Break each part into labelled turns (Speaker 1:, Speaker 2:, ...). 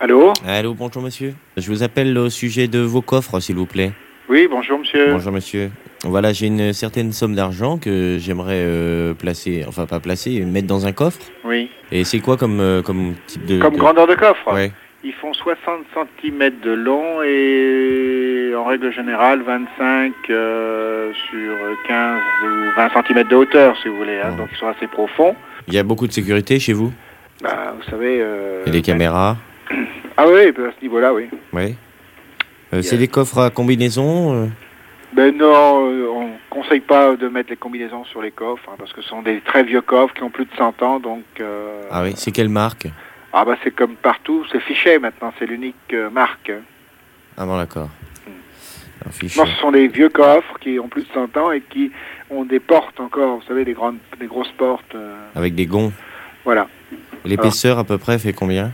Speaker 1: Allô
Speaker 2: Allô, bonjour monsieur. Je vous appelle au sujet de vos coffres, s'il vous plaît.
Speaker 1: Oui, bonjour monsieur.
Speaker 2: Bonjour monsieur. Voilà, j'ai une certaine somme d'argent que j'aimerais euh, placer, enfin pas placer, mettre dans un coffre.
Speaker 1: Oui.
Speaker 2: Et c'est quoi comme, euh, comme type de...
Speaker 1: Comme
Speaker 2: de-
Speaker 1: grandeur de coffre
Speaker 2: Ouais.
Speaker 1: Ils font 60 cm de long et en règle générale 25 euh, sur 15 ou 20 cm de hauteur si vous voulez. hein.
Speaker 2: Oh.
Speaker 1: Donc ils sont assez profonds.
Speaker 2: Il y a beaucoup de sécurité chez vous
Speaker 1: Bah, vous savez... euh,
Speaker 2: Il y a des caméras
Speaker 1: Ah oui, bah, à ce niveau-là, oui.
Speaker 2: Ouais.
Speaker 1: Il
Speaker 2: Euh,
Speaker 1: y
Speaker 2: c'est
Speaker 1: a-
Speaker 2: des coffres à combinaison euh,
Speaker 1: Ben non, euh, on conseille pas de mettre les combinaisons sur les coffres hein, parce que ce sont des très vieux coffres qui ont plus de 100 ans. Donc, euh,
Speaker 2: Ah oui, c'est quelle marque
Speaker 1: ah bah c'est comme partout, c'est Fichet maintenant, c'est l'unique euh, marque.
Speaker 2: Ah bon, d'accord. Un fichier.
Speaker 1: Non, ce sont des vieux coffres qui ont plus de 100 ans et qui ont des portes encore, vous savez, des grandes, des grosses portes. euh,
Speaker 2: Avec des gonds.
Speaker 1: voilà.
Speaker 2: L'épaisseur à peu près fait combien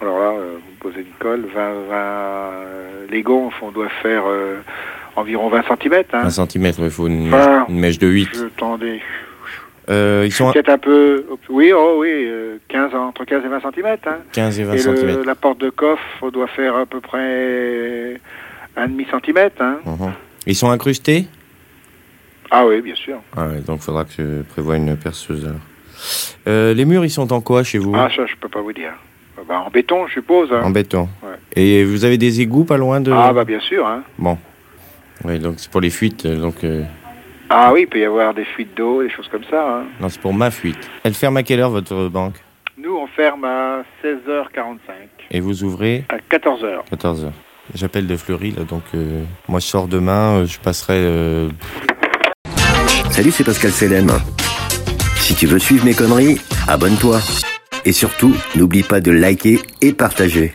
Speaker 1: Alors là, euh, vous posez une colle, 20, 20 euh, les gonfles, on doit faire euh, environ 20 cm. Hein.
Speaker 2: 1 cm, il faut une,
Speaker 1: Enfin,
Speaker 2: une mèche de 8.
Speaker 1: je, attendez,
Speaker 2: Euh, ils sont à
Speaker 1: peut-être un peu, oui, oh oui, euh, 15, entre 15 et 20 cm. Hein.
Speaker 2: 15 et 20
Speaker 1: Et
Speaker 2: cm.
Speaker 1: le, la porte de coffre doit faire à peu près un demi centimètre. Hein.
Speaker 2: Mhm. Ils sont incrustés
Speaker 1: Ah oui, bien sûr.
Speaker 2: Ah ouais, donc faudra que je prévoie une perceuse alors. Euh, les murs, ils sont en quoi chez vous
Speaker 1: Ah ça, je peux pas vous dire. Ah bah, en béton, je suppose. hein.
Speaker 2: En béton.
Speaker 1: Ouais.
Speaker 2: Et vous avez des égouts pas loin de.
Speaker 1: Ah bah bien sûr. Hein.
Speaker 2: Bon. Oui, donc c'est pour les fuites. euh, Donc, euh,
Speaker 1: Ah oui, il peut y avoir des fuites d'eau, des choses comme ça. hein.
Speaker 2: Non, c'est pour ma fuite. Elle ferme à quelle heure votre banque
Speaker 1: Nous, on ferme à 16h45,
Speaker 2: Et vous ouvrez
Speaker 1: à 14h.
Speaker 2: 14h. J'appelle de Fleury, là, donc euh, moi je sors demain, euh, je passerai euh,
Speaker 3: Salut, c'est Pascal Selem. Si tu veux suivre mes conneries, abonne-toi. Et surtout, n'oublie pas de liker et partager.